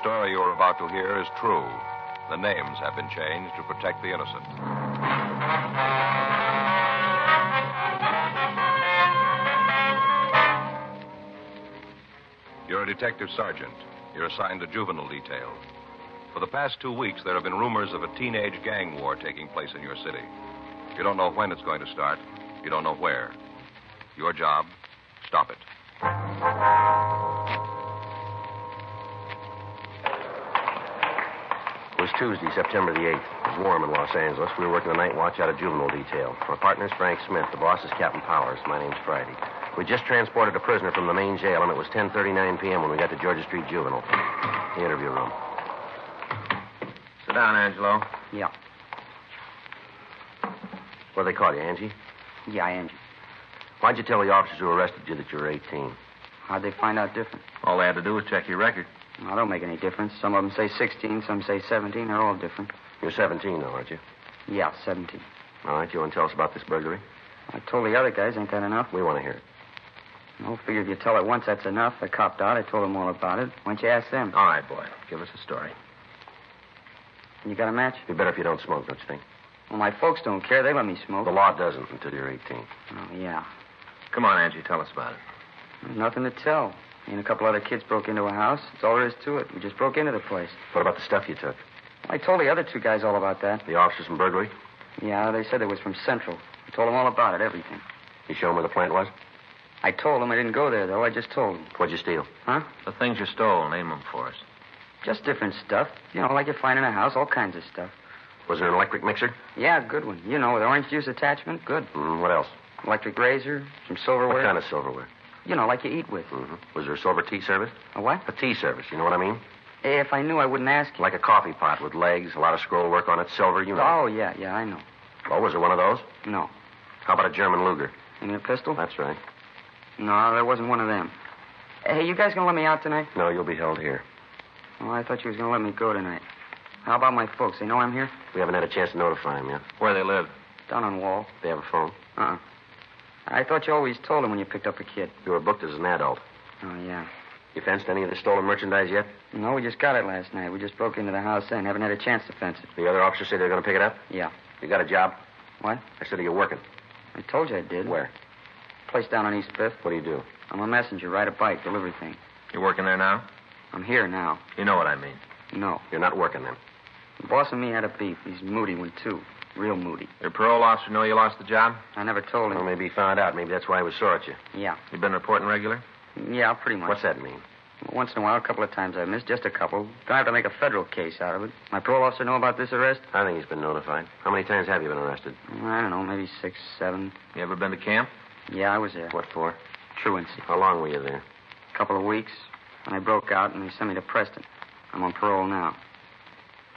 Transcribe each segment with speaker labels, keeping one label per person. Speaker 1: story you are about to hear is true. The names have been changed to protect the innocent. You're a detective sergeant. You're assigned to juvenile detail. For the past two weeks, there have been rumors of a teenage gang war taking place in your city. You don't know when it's going to start. You don't know where. Your job, stop it.
Speaker 2: It was Tuesday, September the 8th. It was warm in Los Angeles. We were working the night watch out of juvenile detail. My partner's Frank Smith. The boss is Captain Powers. My name's Friday. We just transported a prisoner from the main jail, and it was 10.39 p.m. when we got to Georgia Street Juvenile. The interview room.
Speaker 3: Sit down, Angelo.
Speaker 4: Yeah.
Speaker 2: What do they call you, Angie?
Speaker 4: Yeah, Angie.
Speaker 2: Why'd you tell the officers who arrested you that you were 18?
Speaker 4: How'd they find out different?
Speaker 3: All they had to do was check your record.
Speaker 4: Now, don't make any difference. Some of them say 16, some say 17. They're all different.
Speaker 2: You're 17 now, aren't you?
Speaker 4: Yeah, 17.
Speaker 2: All right, you want to tell us about this burglary?
Speaker 4: I told the other guys, ain't that enough?
Speaker 2: We want to hear it.
Speaker 4: No, figure if you tell it once, that's enough. They copped out. I told them all about it. Why don't you ask them?
Speaker 3: All right, boy. Give us a story.
Speaker 4: You got a match?
Speaker 2: It'd be better if you don't smoke, don't you think?
Speaker 4: Well, my folks don't care. They let me smoke.
Speaker 2: The law doesn't until you're 18.
Speaker 4: Oh, yeah.
Speaker 3: Come on, Angie. Tell us about it.
Speaker 4: Nothing to tell. Me and a couple other kids broke into a house. That's all there is to it. We just broke into the place.
Speaker 2: What about the stuff you took?
Speaker 4: I told the other two guys all about that.
Speaker 2: The officers and burglary?
Speaker 4: Yeah, they said it was from Central. I told them all about it, everything.
Speaker 2: You show them where the plant was?
Speaker 4: I told them I didn't go there, though. I just told them.
Speaker 2: What'd you steal?
Speaker 4: Huh?
Speaker 3: The things you stole, name them for us.
Speaker 4: Just different stuff. You know, like you find in a house, all kinds of stuff.
Speaker 2: Was there an electric mixer?
Speaker 4: Yeah, good one. You know, with orange juice attachment, good.
Speaker 2: Mm, what else?
Speaker 4: Electric razor, some
Speaker 2: What
Speaker 4: silverware.
Speaker 2: kind of silverware?
Speaker 4: You know, like you eat with.
Speaker 2: hmm Was there a silver tea service?
Speaker 4: A what?
Speaker 2: A tea service, you know what I mean?
Speaker 4: Eh, If I knew, I wouldn't ask you.
Speaker 2: Like a coffee pot with legs, a lot of scroll work on it, silver, you know.
Speaker 4: Oh, yeah, yeah, I know.
Speaker 2: Oh, was there one of those?
Speaker 4: No.
Speaker 2: How about a German Luger?
Speaker 4: And a pistol?
Speaker 2: That's right.
Speaker 4: No, there wasn't one of them. Hey, you guys gonna let me out tonight?
Speaker 2: No, you'll be held here.
Speaker 4: Oh, I thought you was gonna let me go tonight. How about my folks? They know I'm here?
Speaker 2: We haven't had a chance to notify them yet.
Speaker 3: Where they live.
Speaker 4: Down on Wall.
Speaker 2: They have a phone.
Speaker 4: Uh-uh. I thought you always told them when you picked up a kid.
Speaker 2: You were booked as an adult.
Speaker 4: Oh, yeah.
Speaker 2: You fenced any of the stolen merchandise yet?
Speaker 4: No, we just got it last night. We just broke into the house then. Haven't had a chance to fence it.
Speaker 2: The other officer said they were going to pick it up?
Speaker 4: Yeah.
Speaker 2: You got a job?
Speaker 4: What?
Speaker 2: I said, are you working?
Speaker 4: I told you I did.
Speaker 2: Where?
Speaker 4: Place down on East Fifth.
Speaker 2: What do you do?
Speaker 4: I'm a messenger, ride a bike, delivery thing.
Speaker 3: You working there now?
Speaker 4: I'm here now.
Speaker 3: You know what I mean.
Speaker 4: No.
Speaker 2: You're not working then.
Speaker 4: The boss and me had a beef. He's moody one, too. Real moody.
Speaker 3: Your parole officer know you lost the job?
Speaker 4: I never told
Speaker 2: Well,
Speaker 4: him.
Speaker 2: maybe he found out. Maybe that's why he was sore at you.
Speaker 4: Yeah.
Speaker 3: You been reporting regular?
Speaker 4: Yeah, pretty much.
Speaker 2: What's that mean?
Speaker 4: Once in a while, a couple of times I missed, just a couple. Gonna have to make a federal case out of it. My parole officer know about this arrest?
Speaker 2: I think he's been notified. How many times have you been arrested?
Speaker 4: I don't know, maybe six, seven.
Speaker 3: You ever been to camp?
Speaker 4: Yeah, I was there.
Speaker 2: What for?
Speaker 4: Truancy.
Speaker 2: How long were you there?
Speaker 4: A couple of weeks, and I broke out, and they sent me to Preston. I'm on parole now.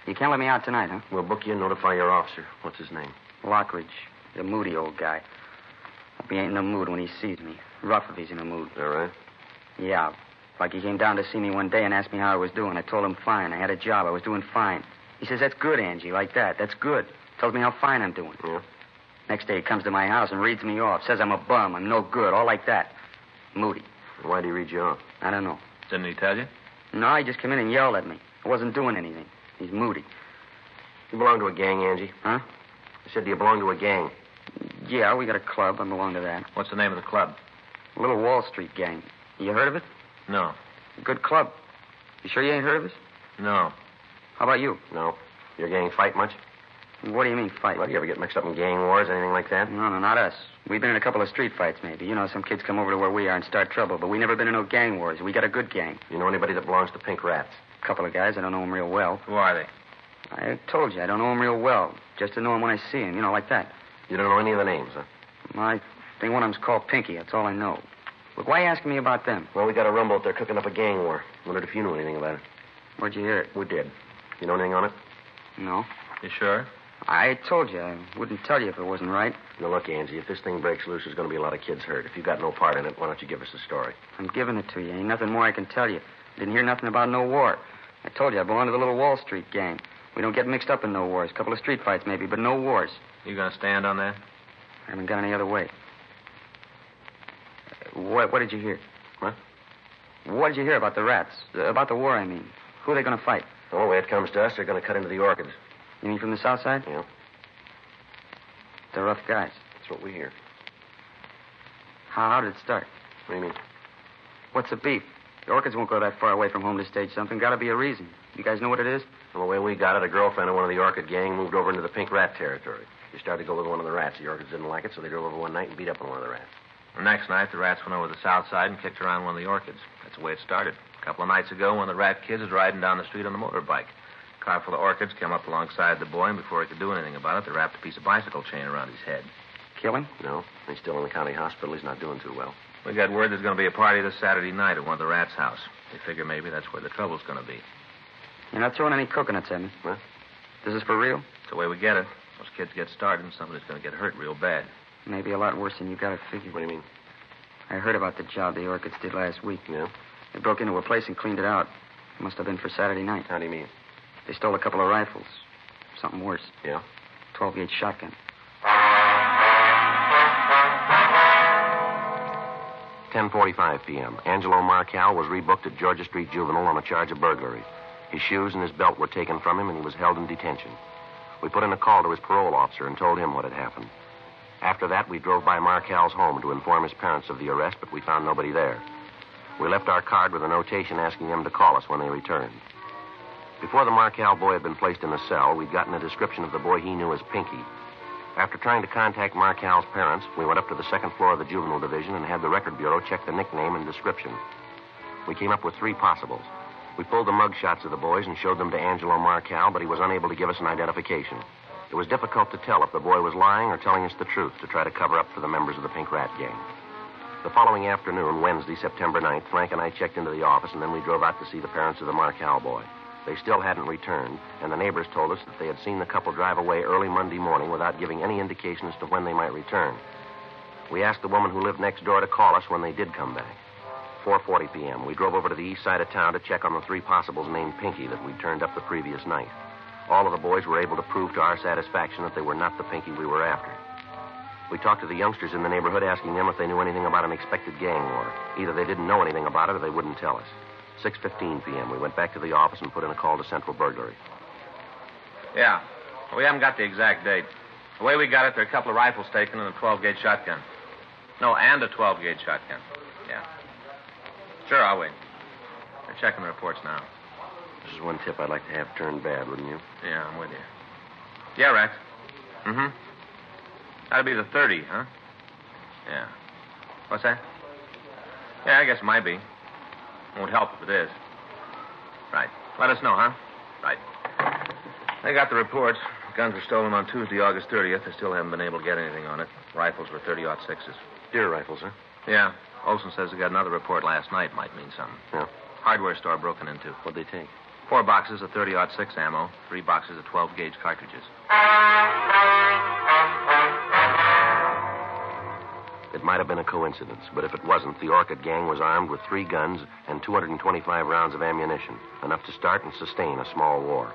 Speaker 4: You can't let me out tonight, huh?
Speaker 2: We'll book you and notify your officer. What's his name?
Speaker 4: Lockridge, the moody old guy. Hope he ain't in the mood when he sees me. Rough if he's in the mood.
Speaker 2: All right.
Speaker 4: Yeah. Like he came down to see me one day and asked me how I was doing. I told him fine. I had a job. I was doing fine. He says, That's good, Angie, like that. That's good. Tells me how fine I'm doing.
Speaker 2: Yeah.
Speaker 4: Next day he comes to my house and reads me off. Says I'm a bum. I'm no good. All like that. Moody.
Speaker 2: Why'd he read you off?
Speaker 4: I don't know.
Speaker 3: Didn't he tell you?
Speaker 4: No, he just came in and yelled at me. I wasn't doing anything. He's moody.
Speaker 2: You belong to a gang, Angie.
Speaker 4: Huh?
Speaker 2: I said, do you belong to a gang?
Speaker 4: Yeah, we got a club. I belong to that.
Speaker 3: What's the name of the club?
Speaker 4: Little Wall Street gang. You heard of it?
Speaker 3: No.
Speaker 4: Good club. You sure you ain't heard of us?
Speaker 3: No.
Speaker 4: How about you?
Speaker 2: No. Your gang fight much?
Speaker 4: What do you mean fight?
Speaker 2: Well, do you ever get mixed up in gang wars, anything like that?
Speaker 4: No, no, not us. We've been in a couple of street fights, maybe. You know, some kids come over to where we are and start trouble, but we never been in no gang wars. We got a good gang.
Speaker 2: You know anybody that belongs to Pink Rats?
Speaker 4: A couple of guys, I don't know 'em real well.
Speaker 3: Who are they?
Speaker 4: I told you, I don't know 'em real well. Just to know 'em when I see 'em, you know, like that.
Speaker 2: You don't know any of the names, huh?
Speaker 4: I think one of 'em's called Pinky, that's all I know. Look, why you asking me about them?
Speaker 2: Well, we got a rumble out there cooking up a gang war. Wondered if you knew anything about it.
Speaker 4: Where'd you hear it?
Speaker 2: We did. You know anything on it?
Speaker 4: No.
Speaker 3: You sure?
Speaker 4: I told you, I wouldn't tell you if it wasn't right.
Speaker 2: Now, look, Angie, if this thing breaks loose, there's going to be a lot of kids hurt. If you got no part in it, why don't you give us the story?
Speaker 4: I'm giving it to you. Ain't nothing more I can tell you. Didn't hear nothing about no war. I told you, I belong to the little Wall Street gang. We don't get mixed up in no wars. A couple of street fights, maybe, but no wars.
Speaker 3: You gonna stand on that?
Speaker 4: I haven't got any other way. Uh, What, what did you hear?
Speaker 2: What?
Speaker 4: What did you hear about the rats? Uh, about the war, I mean. Who are they going to fight?
Speaker 2: Oh, when it comes to us, they're going to cut into the orchids.
Speaker 4: You mean from the south side?
Speaker 2: Yeah,
Speaker 4: They're rough guys.
Speaker 2: that's what we hear.
Speaker 4: How, how did it start?
Speaker 2: What do you mean?
Speaker 4: What's the beef? The orchids won't go that far away from home to stage something. Got to be a reason. You guys know what it is?
Speaker 2: Well, the way we got it, a girlfriend of one of the orchid gang moved over into the pink rat territory. She started to go with one of the rats. The orchids didn't like it, so they drove over one night and beat up on one of the rats.
Speaker 3: The next night, the rats went over the south side and kicked around one of the orchids. That's the way it started. A couple of nights ago, one of the rat kids was riding down the street on a motorbike. A car full of orchids came up alongside the boy, and before he could do anything about it, they wrapped a piece of bicycle chain around his head.
Speaker 4: Kill him?
Speaker 2: No, he's still in the county hospital. He's not doing too well.
Speaker 3: We got word there's going to be a party this Saturday night at one of the rats' house. They figure maybe that's where the trouble's going to be.
Speaker 4: You're not throwing any coconuts at me.
Speaker 2: What?
Speaker 4: This is for real?
Speaker 3: It's the way we get it. Those kids get started, and somebody's going to get hurt real bad.
Speaker 4: Maybe a lot worse than you got to figure.
Speaker 2: What do you mean?
Speaker 4: I heard about the job the orchids did last week.
Speaker 2: No?
Speaker 4: They broke into a place and cleaned it out. It must have been for Saturday night.
Speaker 2: How do you mean?
Speaker 4: They stole a couple of rifles. Something worse.
Speaker 2: Yeah?
Speaker 4: 12 gauge shotgun.
Speaker 2: Ten forty-five p.m. Angelo Marcal was rebooked at Georgia Street Juvenile on a charge of burglary. His shoes and his belt were taken from him, and he was held in detention. We put in a call to his parole officer and told him what had happened. After that, we drove by Marcal's home to inform his parents of the arrest, but we found nobody there. We left our card with a notation asking them to call us when they returned. Before the Marcal boy had been placed in a cell, we'd gotten a description of the boy he knew as Pinky. After trying to contact Marcal's parents, we went up to the second floor of the juvenile division and had the record bureau check the nickname and description. We came up with three possibles. We pulled the mug shots of the boys and showed them to Angelo Marcal, but he was unable to give us an identification. It was difficult to tell if the boy was lying or telling us the truth to try to cover up for the members of the Pink Rat Gang. The following afternoon, Wednesday, September 9th, Frank and I checked into the office, and then we drove out to see the parents of the Marcal boy. They still hadn't returned, and the neighbors told us that they had seen the couple drive away early Monday morning without giving any indication as to when they might return. We asked the woman who lived next door to call us when they did come back. 4:40 p.m. We drove over to the east side of town to check on the three possibles named Pinky that we turned up the previous night. All of the boys were able to prove to our satisfaction that they were not the Pinky we were after. We talked to the youngsters in the neighborhood asking them if they knew anything about an expected gang war. Either they didn't know anything about it or they wouldn't tell us. 6:15 p.m. We went back to the office and put in a call to Central Burglary.
Speaker 3: Yeah. We haven't got the exact date. The way we got it, there are a couple of rifles taken and a 12 gauge shotgun. No, and a 12 gauge shotgun. Yeah. Sure, I'll wait. They're checking the reports now.
Speaker 2: This is one tip I'd like to have turned bad, wouldn't you?
Speaker 3: Yeah, I'm with you. Yeah, Rex. Mm hmm. That'll be the 30, huh? Yeah. What's that? Yeah, I guess it might be. Won't help if it is. Right. Let us know, huh? Right. They got the reports. Guns were stolen on Tuesday, August 30th. They still haven't been able to get anything on it. Rifles were 30 sixes.
Speaker 2: Deer rifles, huh?
Speaker 3: Yeah. Olson says they got another report last night. Might mean something.
Speaker 2: Yeah.
Speaker 3: Hardware store broken into.
Speaker 2: What'd they take?
Speaker 3: Four boxes of 30 six ammo, three boxes of 12 gauge cartridges.
Speaker 2: It might have been a coincidence, but if it wasn't, the Orchid Gang was armed with three guns and 225 rounds of ammunition, enough to start and sustain a small war.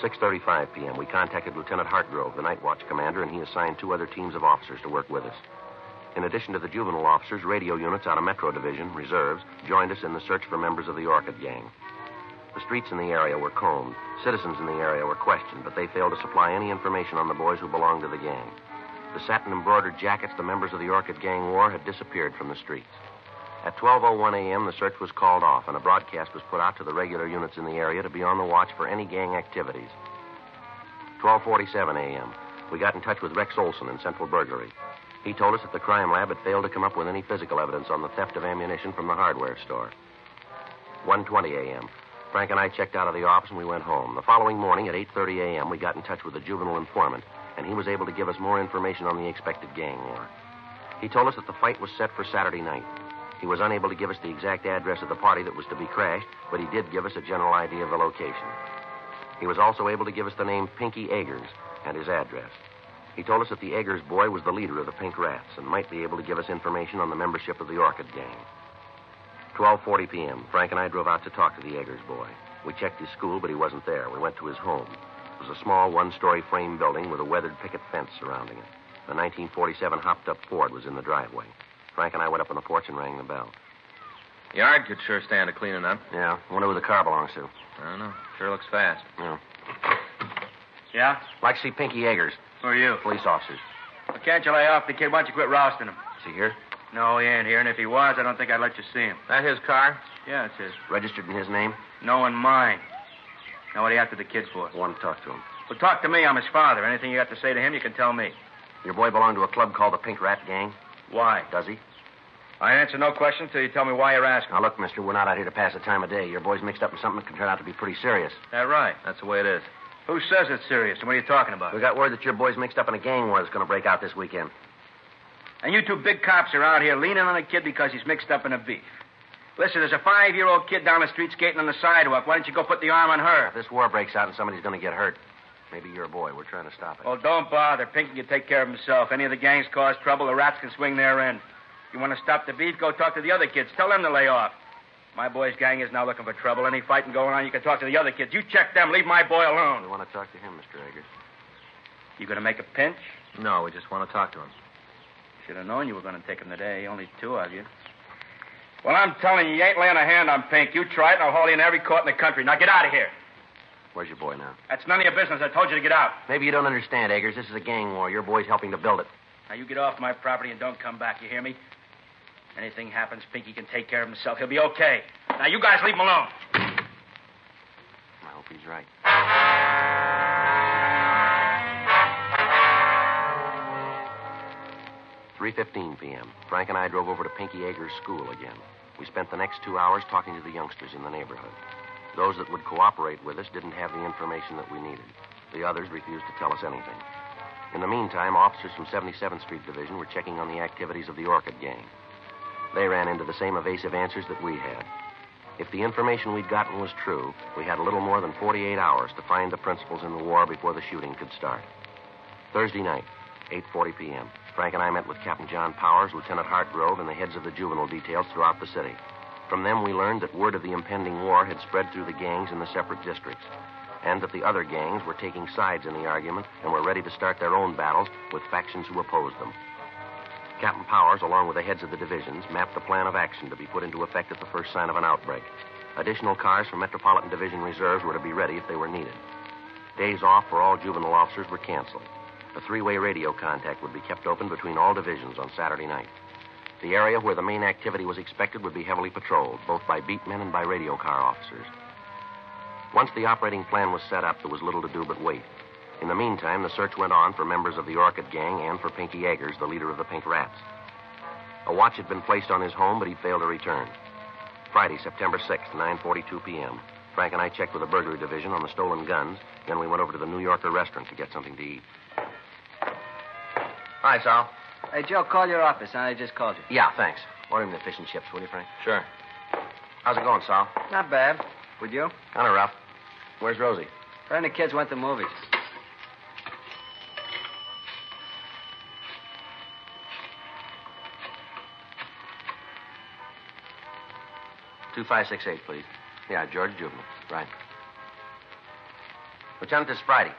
Speaker 2: 6:35 p.m. We contacted Lieutenant Hartgrove, the night watch commander, and he assigned two other teams of officers to work with us. In addition to the juvenile officers, radio units out of Metro Division, reserves, joined us in the search for members of the Orchid Gang. The streets in the area were combed. Citizens in the area were questioned, but they failed to supply any information on the boys who belonged to the gang. The satin embroidered jackets the members of the Orchid Gang wore had disappeared from the streets. At 12:01 a.m., the search was called off, and a broadcast was put out to the regular units in the area to be on the watch for any gang activities. 12:47 a.m., we got in touch with Rex Olson in Central Burglary. He told us that the crime lab had failed to come up with any physical evidence on the theft of ammunition from the hardware store. 1:20 a.m. Frank and I checked out of the office and we went home. The following morning at 8:30 a.m., we got in touch with the juvenile informant, and he was able to give us more information on the expected gang war. He told us that the fight was set for Saturday night. He was unable to give us the exact address of the party that was to be crashed, but he did give us a general idea of the location. He was also able to give us the name Pinky Eggers and his address. He told us that the Eggers boy was the leader of the Pink Rats and might be able to give us information on the membership of the Orchid Gang. 12:40 p.m. Frank and I drove out to talk to the Eggers boy. We checked his school, but he wasn't there. We went to his home. It was a small one-story frame building with a weathered picket fence surrounding it. The 1947 hopped-up Ford was in the driveway. Frank and I went up on the porch and rang the bell.
Speaker 5: Yard could sure stand a cleaning up.
Speaker 2: Yeah, wonder who the car belongs to.
Speaker 5: I don't know. Sure looks fast.
Speaker 2: Yeah.
Speaker 6: Yeah?
Speaker 2: Like to see Pinky Eggers,
Speaker 6: Who are you?
Speaker 2: police officers.
Speaker 6: Well, can't you lay off the kid? Why don't you quit rousting him?
Speaker 2: Is he here?
Speaker 6: No, he ain't here, and if he was, I don't think I'd let you see him.
Speaker 5: That his car?
Speaker 6: Yeah, it's his.
Speaker 2: Registered in his name?
Speaker 6: No one mine. Now, what are you after the kid for?
Speaker 2: I want to talk to him.
Speaker 6: Well, talk to me. I'm his father. Anything you got to say to him, you can tell me.
Speaker 2: Your boy belonged to a club called the Pink Rat Gang,
Speaker 6: Why?
Speaker 2: does he?
Speaker 6: I answer no questions till you tell me why you're asking.
Speaker 2: Now, look, mister, we're not out here to pass the time of day. Your boy's mixed up in something that can turn out to be pretty serious.
Speaker 6: That right.
Speaker 5: That's the way it is.
Speaker 6: Who says it's serious, and what are you talking about?
Speaker 2: We got word that your boy's mixed up in a gang war that's going to break out this weekend.
Speaker 6: And you two big cops are out here leaning on a kid because he's mixed up in a beef. Listen, there's a five-year-old kid down the street skating on the sidewalk. Why don't you go put the arm on her?
Speaker 2: If this war breaks out and somebody's going to get hurt, maybe your boy. We're trying to stop it.
Speaker 6: Oh, don't bother. Pinky can take care of himself. Any of the gangs cause trouble, the rats can swing their end. You want to stop the beef? Go talk to the other kids. Tell them to lay off. My boy's gang is now looking for trouble. Any fighting going on, you can talk to the other kids. You check them. Leave my boy
Speaker 2: We
Speaker 6: alone.
Speaker 2: want to talk to him, Mr. Eggers.
Speaker 6: You going to make a pinch?
Speaker 5: No, we just want to talk to him.
Speaker 6: Should have known you were going to take him today. Only two of you. Well, I'm telling you, you ain't laying a hand on Pink. You try it, and I'll haul you in every court in the country. Now get out of here.
Speaker 2: Where's your boy now?
Speaker 6: That's none of your business. I told you to get out.
Speaker 2: Maybe you don't understand, Eggers. This is a gang war. Your boy's helping to build it.
Speaker 6: Now you get off my property and don't come back. You hear me? Anything happens, Pinky can take care of himself. He'll be okay. Now you guys leave him alone.
Speaker 2: I hope he's right. Three fifteen p.m. Frank and I drove over to Pinky Eggers' school again. We spent the next two hours talking to the youngsters in the neighborhood. Those that would cooperate with us didn't have the information that we needed. The others refused to tell us anything. In the meantime, officers from 77th Street Division were checking on the activities of the Orchid Gang. They ran into the same evasive answers that we had. If the information we'd gotten was true, we had a little more than 48 hours to find the principals in the war before the shooting could start. Thursday night, 8:40 p.m. Frank and I met with Captain John Powers, Lieutenant Hartgrove, and the heads of the juvenile details throughout the city. From them, we learned that word of the impending war had spread through the gangs in the separate districts, and that the other gangs were taking sides in the argument and were ready to start their own battles with factions who opposed them. Captain Powers, along with the heads of the divisions, mapped the plan of action to be put into effect at the first sign of an outbreak. Additional cars from Metropolitan Division reserves were to be ready if they were needed. Days off for all juvenile officers were canceled. A three way radio contact would be kept open between all divisions on Saturday night. The area where the main activity was expected would be heavily patrolled, both by beat men and by radio car officers. Once the operating plan was set up, there was little to do but wait. In the meantime, the search went on for members of the Orchid Gang and for Pinky Eggers, the leader of the Pink Rats. A watch had been placed on his home, but he failed to return. Friday, September 6th, 9.42 p.m. Frank and I checked with the burglary division on the stolen guns. Then we went over to the New Yorker restaurant to get something to eat. Hi, Sal.
Speaker 6: Hey, Joe, call your office. I just called you.
Speaker 2: Yeah, thanks. Order him the fish and chips, will you, Frank?
Speaker 5: Sure.
Speaker 2: How's it going, Sal?
Speaker 6: Not bad. Would you?
Speaker 2: Kind of rough. Where's Rosie?
Speaker 6: Her and the kids went to movies.
Speaker 2: Two five six eight, please. Yeah, George Juvenile. Right. Lieutenant, this Friday.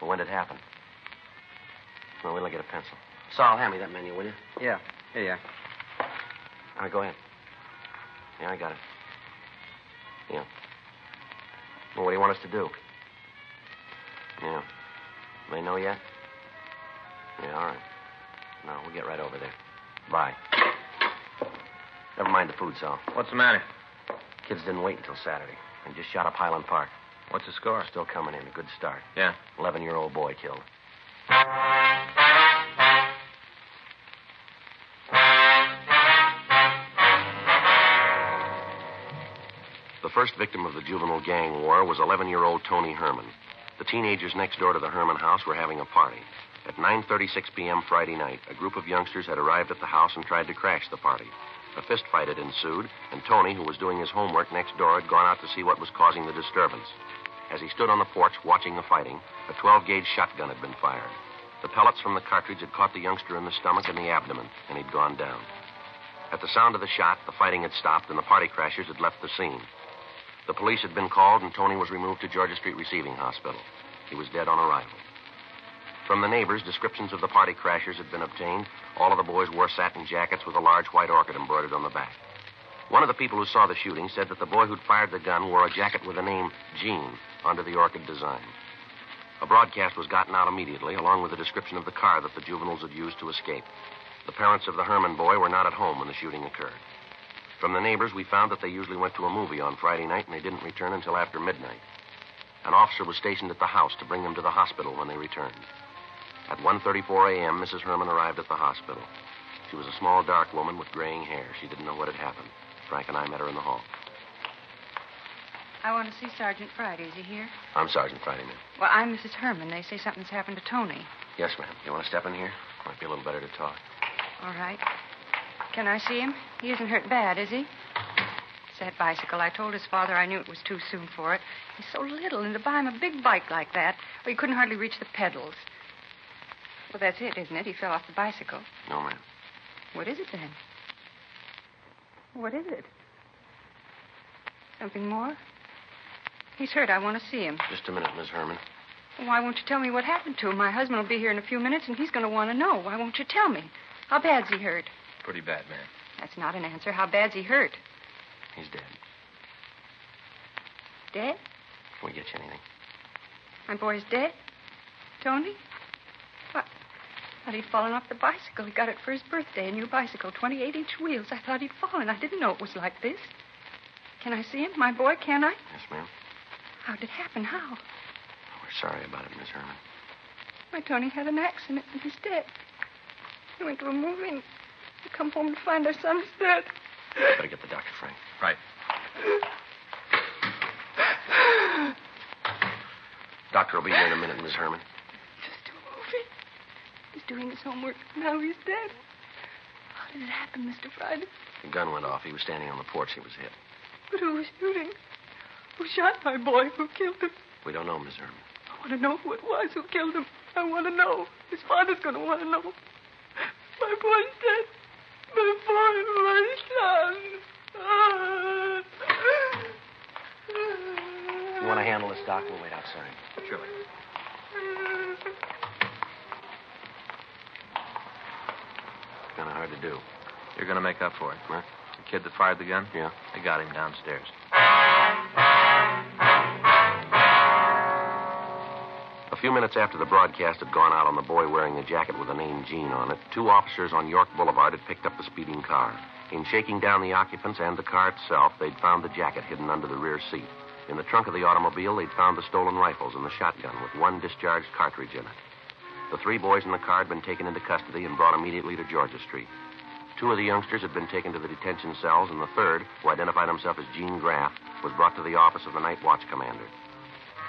Speaker 2: Well, when did it happen? Well, wait till I get a pencil. Saul, hand me that menu, will you?
Speaker 6: Yeah. Here you are.
Speaker 2: All right, go ahead. Yeah, I got it. Yeah. Well, what do you want us to do? Yeah. They know yet? Yeah, all right. No, we'll get right over there. Bye. Never mind the food, Sal.
Speaker 5: What's the matter?
Speaker 2: Kids didn't wait until Saturday. They just shot up Highland Park.
Speaker 5: What's the score?
Speaker 2: Still coming in. A good start.
Speaker 5: Yeah.
Speaker 2: 11 year old boy killed. The first victim of the juvenile gang war was 11 year old Tony Herman. The teenagers next door to the Herman house were having a party. At 9:36 p.m. Friday night, a group of youngsters had arrived at the house and tried to crash the party. A fistfight had ensued, and Tony, who was doing his homework next door, had gone out to see what was causing the disturbance. As he stood on the porch watching the fighting, a 12 gauge shotgun had been fired. The pellets from the cartridge had caught the youngster in the stomach and the abdomen, and he'd gone down. At the sound of the shot, the fighting had stopped and the party crashers had left the scene. The police had been called, and Tony was removed to Georgia Street Receiving Hospital. He was dead on arrival. From the neighbors, descriptions of the party crashers had been obtained. All of the boys wore satin jackets with a large white orchid embroidered on the back. One of the people who saw the shooting said that the boy who'd fired the gun wore a jacket with the name Jean under the orchid design. A broadcast was gotten out immediately, along with a description of the car that the juveniles had used to escape. The parents of the Herman boy were not at home when the shooting occurred. From the neighbors, we found that they usually went to a movie on Friday night and they didn't return until after midnight. An officer was stationed at the house to bring them to the hospital when they returned. At 1:34 a.m., Mrs. Herman arrived at the hospital. She was a small, dark woman with graying hair. She didn't know what had happened. Frank and I met her in the hall.
Speaker 7: I want to see Sergeant Friday. Is he here?
Speaker 2: I'm Sergeant Friday, ma'am.
Speaker 7: Well, I'm Mrs. Herman. They say something's happened to Tony.
Speaker 2: Yes, ma'am. You want to step in here? Might be a little better to talk.
Speaker 7: All right. Can I see him? He isn't hurt bad, is he? It's that bicycle. I told his father I knew it was too soon for it. He's so little, and to buy him a big bike like that, well, he couldn't hardly reach the pedals. Well, that's it, isn't it? He fell off the bicycle.
Speaker 2: No, ma'am.
Speaker 7: What is it then? What is it? Something more? He's hurt. I want to see him.
Speaker 2: Just a minute, Miss Herman.
Speaker 7: Why won't you tell me what happened to him? My husband will be here in a few minutes, and he's going to want to know. Why won't you tell me? How bad's he hurt?
Speaker 3: Pretty bad, man.
Speaker 7: That's not an answer. How bad's he hurt?
Speaker 2: He's dead.
Speaker 7: Dead?
Speaker 2: Can we get you anything?
Speaker 7: My boy's dead? Tony? What? Thought he'd fallen off the bicycle. He got it for his birthday, a new bicycle, 28 inch wheels. I thought he'd fallen. I didn't know it was like this. Can I see him? My boy, can I?
Speaker 2: Yes, ma'am.
Speaker 7: How'd it happen? How?
Speaker 2: Oh, We're sorry about it, Miss Herman.
Speaker 7: My Tony had an accident and he's dead. He went to a movie and we come home to find our son is dead.
Speaker 2: Better get the doctor, Frank.
Speaker 3: Right.
Speaker 2: Doctor will be here in a minute, Miss Herman.
Speaker 7: Just a movie. He's doing his homework. Now he's dead. How did it happen, Mr. Friday?
Speaker 2: The gun went off. He was standing on the porch. He was hit.
Speaker 7: But who was shooting? Who shot my boy? Who killed him?
Speaker 2: We don't know, Miss Herman.
Speaker 7: I want to know who it was who killed him. I want to know. His father's going to want to know. My boy's dead. My boy, my son.
Speaker 2: You want to handle this, Doc? We'll wait outside.
Speaker 3: Surely.
Speaker 2: Kind of hard to do.
Speaker 3: You're going to make up for it.
Speaker 2: What?
Speaker 3: The kid that fired the gun?
Speaker 2: Yeah.
Speaker 3: They got him downstairs.
Speaker 2: A few minutes after the broadcast had gone out on the boy wearing the jacket with the name Gene on it, two officers on York Boulevard had picked up the speeding car. In shaking down the occupants and the car itself, they'd found the jacket hidden under the rear seat. In the trunk of the automobile, they'd found the stolen rifles and the shotgun with one discharged cartridge in it. The three boys in the car had been taken into custody and brought immediately to Georgia Street. Two of the youngsters had been taken to the detention cells, and the third, who identified himself as Gene Graff, was brought to the office of the night watch commander.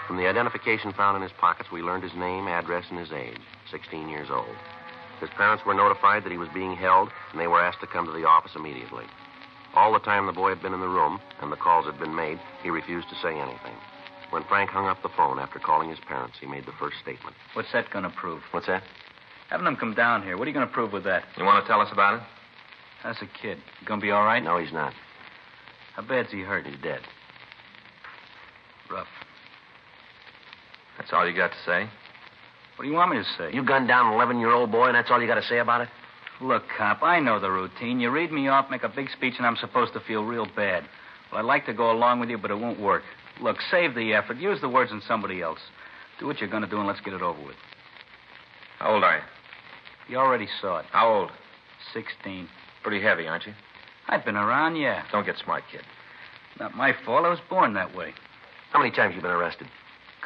Speaker 2: From the identification found in his pockets, we learned his name, address, and his age 16 years old. His parents were notified that he was being held, and they were asked to come to the office immediately. All the time the boy had been in the room and the calls had been made, he refused to say anything. When Frank hung up the phone after calling his parents, he made the first statement.
Speaker 6: What's that going to prove?
Speaker 2: What's that?
Speaker 6: Having them come down here, what are you going to prove with that?
Speaker 3: You want to tell us about it?
Speaker 6: That's a kid. You going to be all right?
Speaker 2: No, he's not.
Speaker 6: How bad's he hurt?
Speaker 2: He's dead.
Speaker 6: Rough.
Speaker 3: That's all you got to say?
Speaker 6: What do you want me to say?
Speaker 2: You gunned down an 11 year old boy, and that's all you got to say about it?
Speaker 6: Look, cop, I know the routine. You read me off, make a big speech, and I'm supposed to feel real bad. Well, I'd like to go along with you, but it won't work. Look, save the effort. Use the words on somebody else. Do what you're going to do, and let's get it over with.
Speaker 3: How old are you?
Speaker 6: You already saw it.
Speaker 3: How old?
Speaker 6: 16.
Speaker 3: Pretty heavy, aren't you?
Speaker 6: I've been around, yeah.
Speaker 3: Don't get smart, kid.
Speaker 6: Not my fault. I was born that way.
Speaker 2: How many times you been arrested?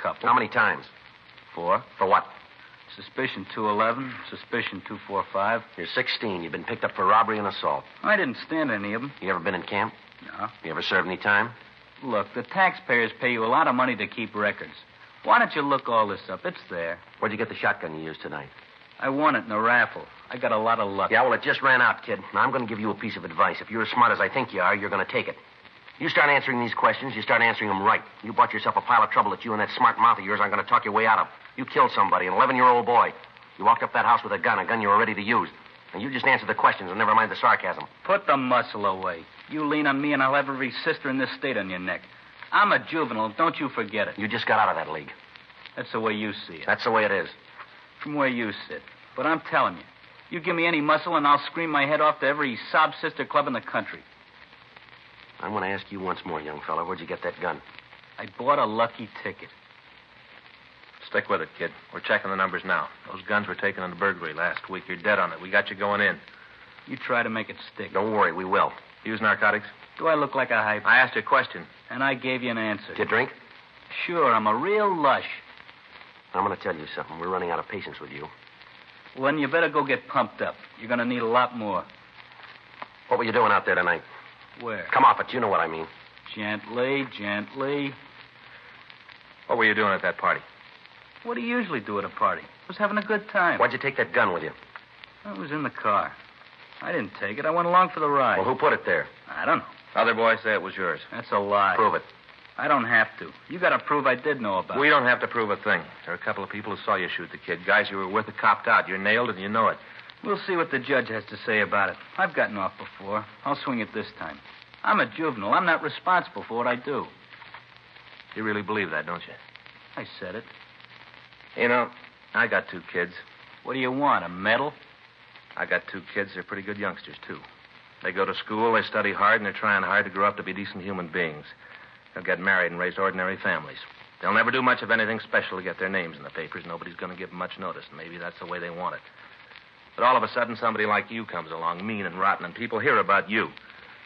Speaker 6: Couple.
Speaker 2: How many times?
Speaker 6: Four.
Speaker 2: For what?
Speaker 6: Suspicion 211, suspicion 245.
Speaker 2: You're 16. You've been picked up for robbery and assault.
Speaker 6: I didn't stand any of them.
Speaker 2: You ever been in camp?
Speaker 6: No.
Speaker 2: You ever served any time?
Speaker 6: Look, the taxpayers pay you a lot of money to keep records. Why don't you look all this up? It's there.
Speaker 2: Where'd you get the shotgun you used tonight?
Speaker 6: I won it in a raffle. I got a lot of luck.
Speaker 2: Yeah, well, it just ran out, kid. Now, I'm going to give you a piece of advice. If you're as smart as I think you are, you're going to take it. You start answering these questions, you start answering them right. You bought yourself a pile of trouble that you and that smart mouth of yours aren't going to talk your way out of. You killed somebody, an 11 year old boy. You walked up that house with a gun, a gun you were ready to use. And you just answer the questions and never mind the sarcasm.
Speaker 6: Put the muscle away. You lean on me, and I'll have every sister in this state on your neck. I'm a juvenile. Don't you forget it.
Speaker 2: You just got out of that league.
Speaker 6: That's the way you see it.
Speaker 2: That's the way it is.
Speaker 6: from where you sit. But I'm telling you, you give me any muscle and I'll scream my head off to every sob sister club in the country.
Speaker 2: I'm going to ask you once more, young fella. Where'd you get that gun?
Speaker 6: I bought a lucky ticket.
Speaker 3: Stick with it, kid. We're checking the numbers now. Those guns were taken in the burglary last week. You're dead on it. We got you going in.
Speaker 6: You try to make it stick.
Speaker 2: Don't worry, we will.
Speaker 3: Use narcotics?
Speaker 6: Do I look like a hype?
Speaker 3: I asked you a question.
Speaker 6: And I gave you an answer.
Speaker 2: Did you drink?
Speaker 6: Sure, I'm a real lush.
Speaker 2: I'm going to tell you something. We're running out of patience with you.
Speaker 6: Well, then you better go get pumped up. You're going to need a lot more.
Speaker 2: What were you doing out there tonight?
Speaker 6: Where?
Speaker 2: Come off it. You know what I mean.
Speaker 6: Gently, gently.
Speaker 3: What were you doing at that party?
Speaker 6: What do you usually do at a party? I was having a good time.
Speaker 2: Why'd you take that gun with you?
Speaker 6: I was in the car. I didn't take it. I went along for the ride.
Speaker 2: Well, who put it there?
Speaker 6: I don't know.
Speaker 3: Other boys say it was yours.
Speaker 6: That's a lie.
Speaker 2: Prove it.
Speaker 6: I don't have to. You got to prove I did know about
Speaker 3: We
Speaker 6: it.
Speaker 3: don't have to prove a thing. There are a couple of people who saw you shoot the kid. Guys you were with that copped out. You're nailed and you know it.
Speaker 6: We'll see what the judge has to say about it. I've gotten off before. I'll swing it this time. I'm a juvenile. I'm not responsible for what I do.
Speaker 3: You really believe that, don't you?
Speaker 6: I said it.
Speaker 3: You know, I got two kids.
Speaker 6: What do you want? A medal?
Speaker 3: I got two kids. They're pretty good youngsters, too. They go to school, they study hard, and they're trying hard to grow up to be decent human beings. They'll get married and raise ordinary families. They'll never do much of anything special to get their names in the papers. Nobody's going to give them much notice, and maybe that's the way they want it. But all of a sudden, somebody like you comes along, mean and rotten, and people hear about you.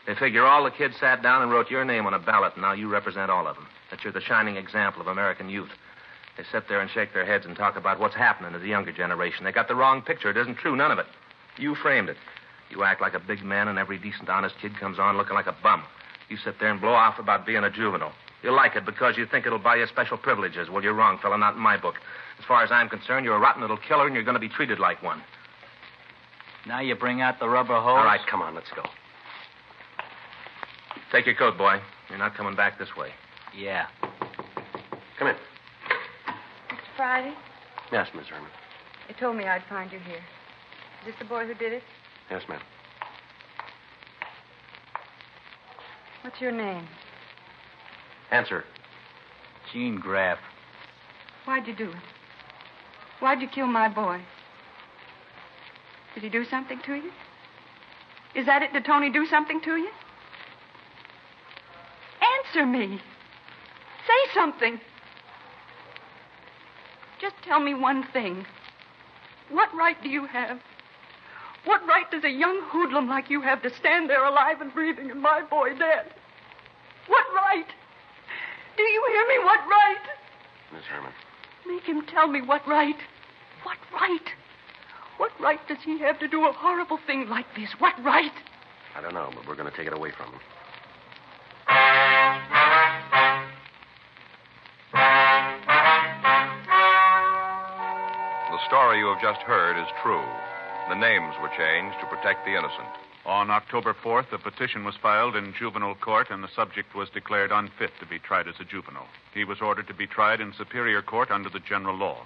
Speaker 3: They figure all the kids sat down and wrote your name on a ballot, and now you represent all of them. That you're the shining example of American youth. They sit there and shake their heads and talk about what's happening to the younger generation. They got the wrong picture. It isn't true, none of it. You framed it. You act like a big man, and every decent, honest kid comes on looking like a bum. You sit there and blow off about being a juvenile. You like it because you think it'll buy you special privileges. Well, you're wrong, fella, not in my book. As far as I'm concerned, you're a rotten little killer, and you're going to be treated like one.
Speaker 6: Now you bring out the rubber hose?
Speaker 2: All right, come on, let's go.
Speaker 3: Take your coat, boy. You're not coming back this way.
Speaker 6: Yeah.
Speaker 2: Come in.
Speaker 7: Mr. Friday,
Speaker 2: Yes, Miss Herman.
Speaker 7: you told me I'd find you here. Is this the boy who did it?
Speaker 2: Yes, ma'am.
Speaker 7: What's your name?
Speaker 2: Answer.
Speaker 6: Gene Graff.
Speaker 7: Why'd you do it? Why'd you kill my boy? Did he do something to you? Is that it? Did Tony do something to you? Answer me. Say something. Just tell me one thing. What right do you have? What right does a young hoodlum like you have to stand there alive and breathing and my boy dead? What right? Do you hear me? What right?
Speaker 2: Miss Herman.
Speaker 7: Make him tell me what right. What right? What right does he have to do a horrible thing like this? What right?
Speaker 2: I don't know, but we're going to take it away from him.
Speaker 1: The story you have just heard is true. The names were changed to protect the innocent.
Speaker 8: On October 4th, a petition was filed in juvenile court, and the subject was declared unfit to be tried as a juvenile. He was ordered to be tried in superior court under the general law.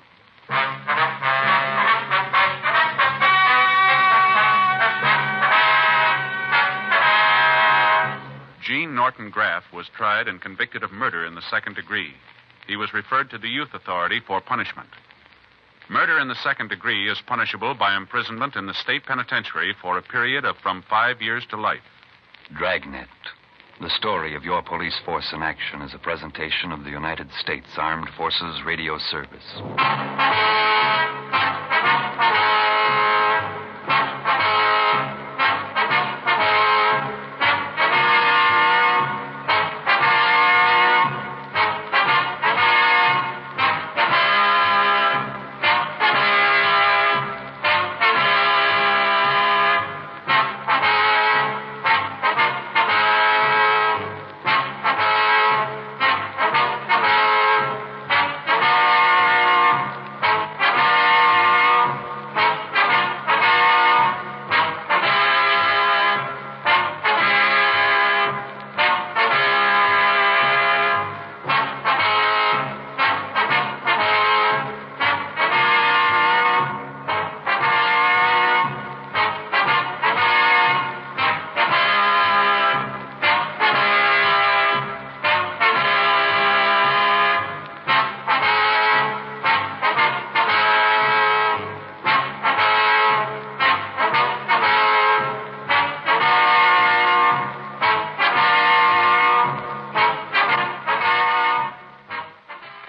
Speaker 8: Gene Norton Graff was tried and convicted of murder in the second degree. He was referred to the Youth Authority for punishment. Murder in the second degree is punishable by imprisonment in the state penitentiary for a period of from five years to life.
Speaker 9: Dragnet. The story of your police force in action is a presentation of the United States Armed Forces Radio Service.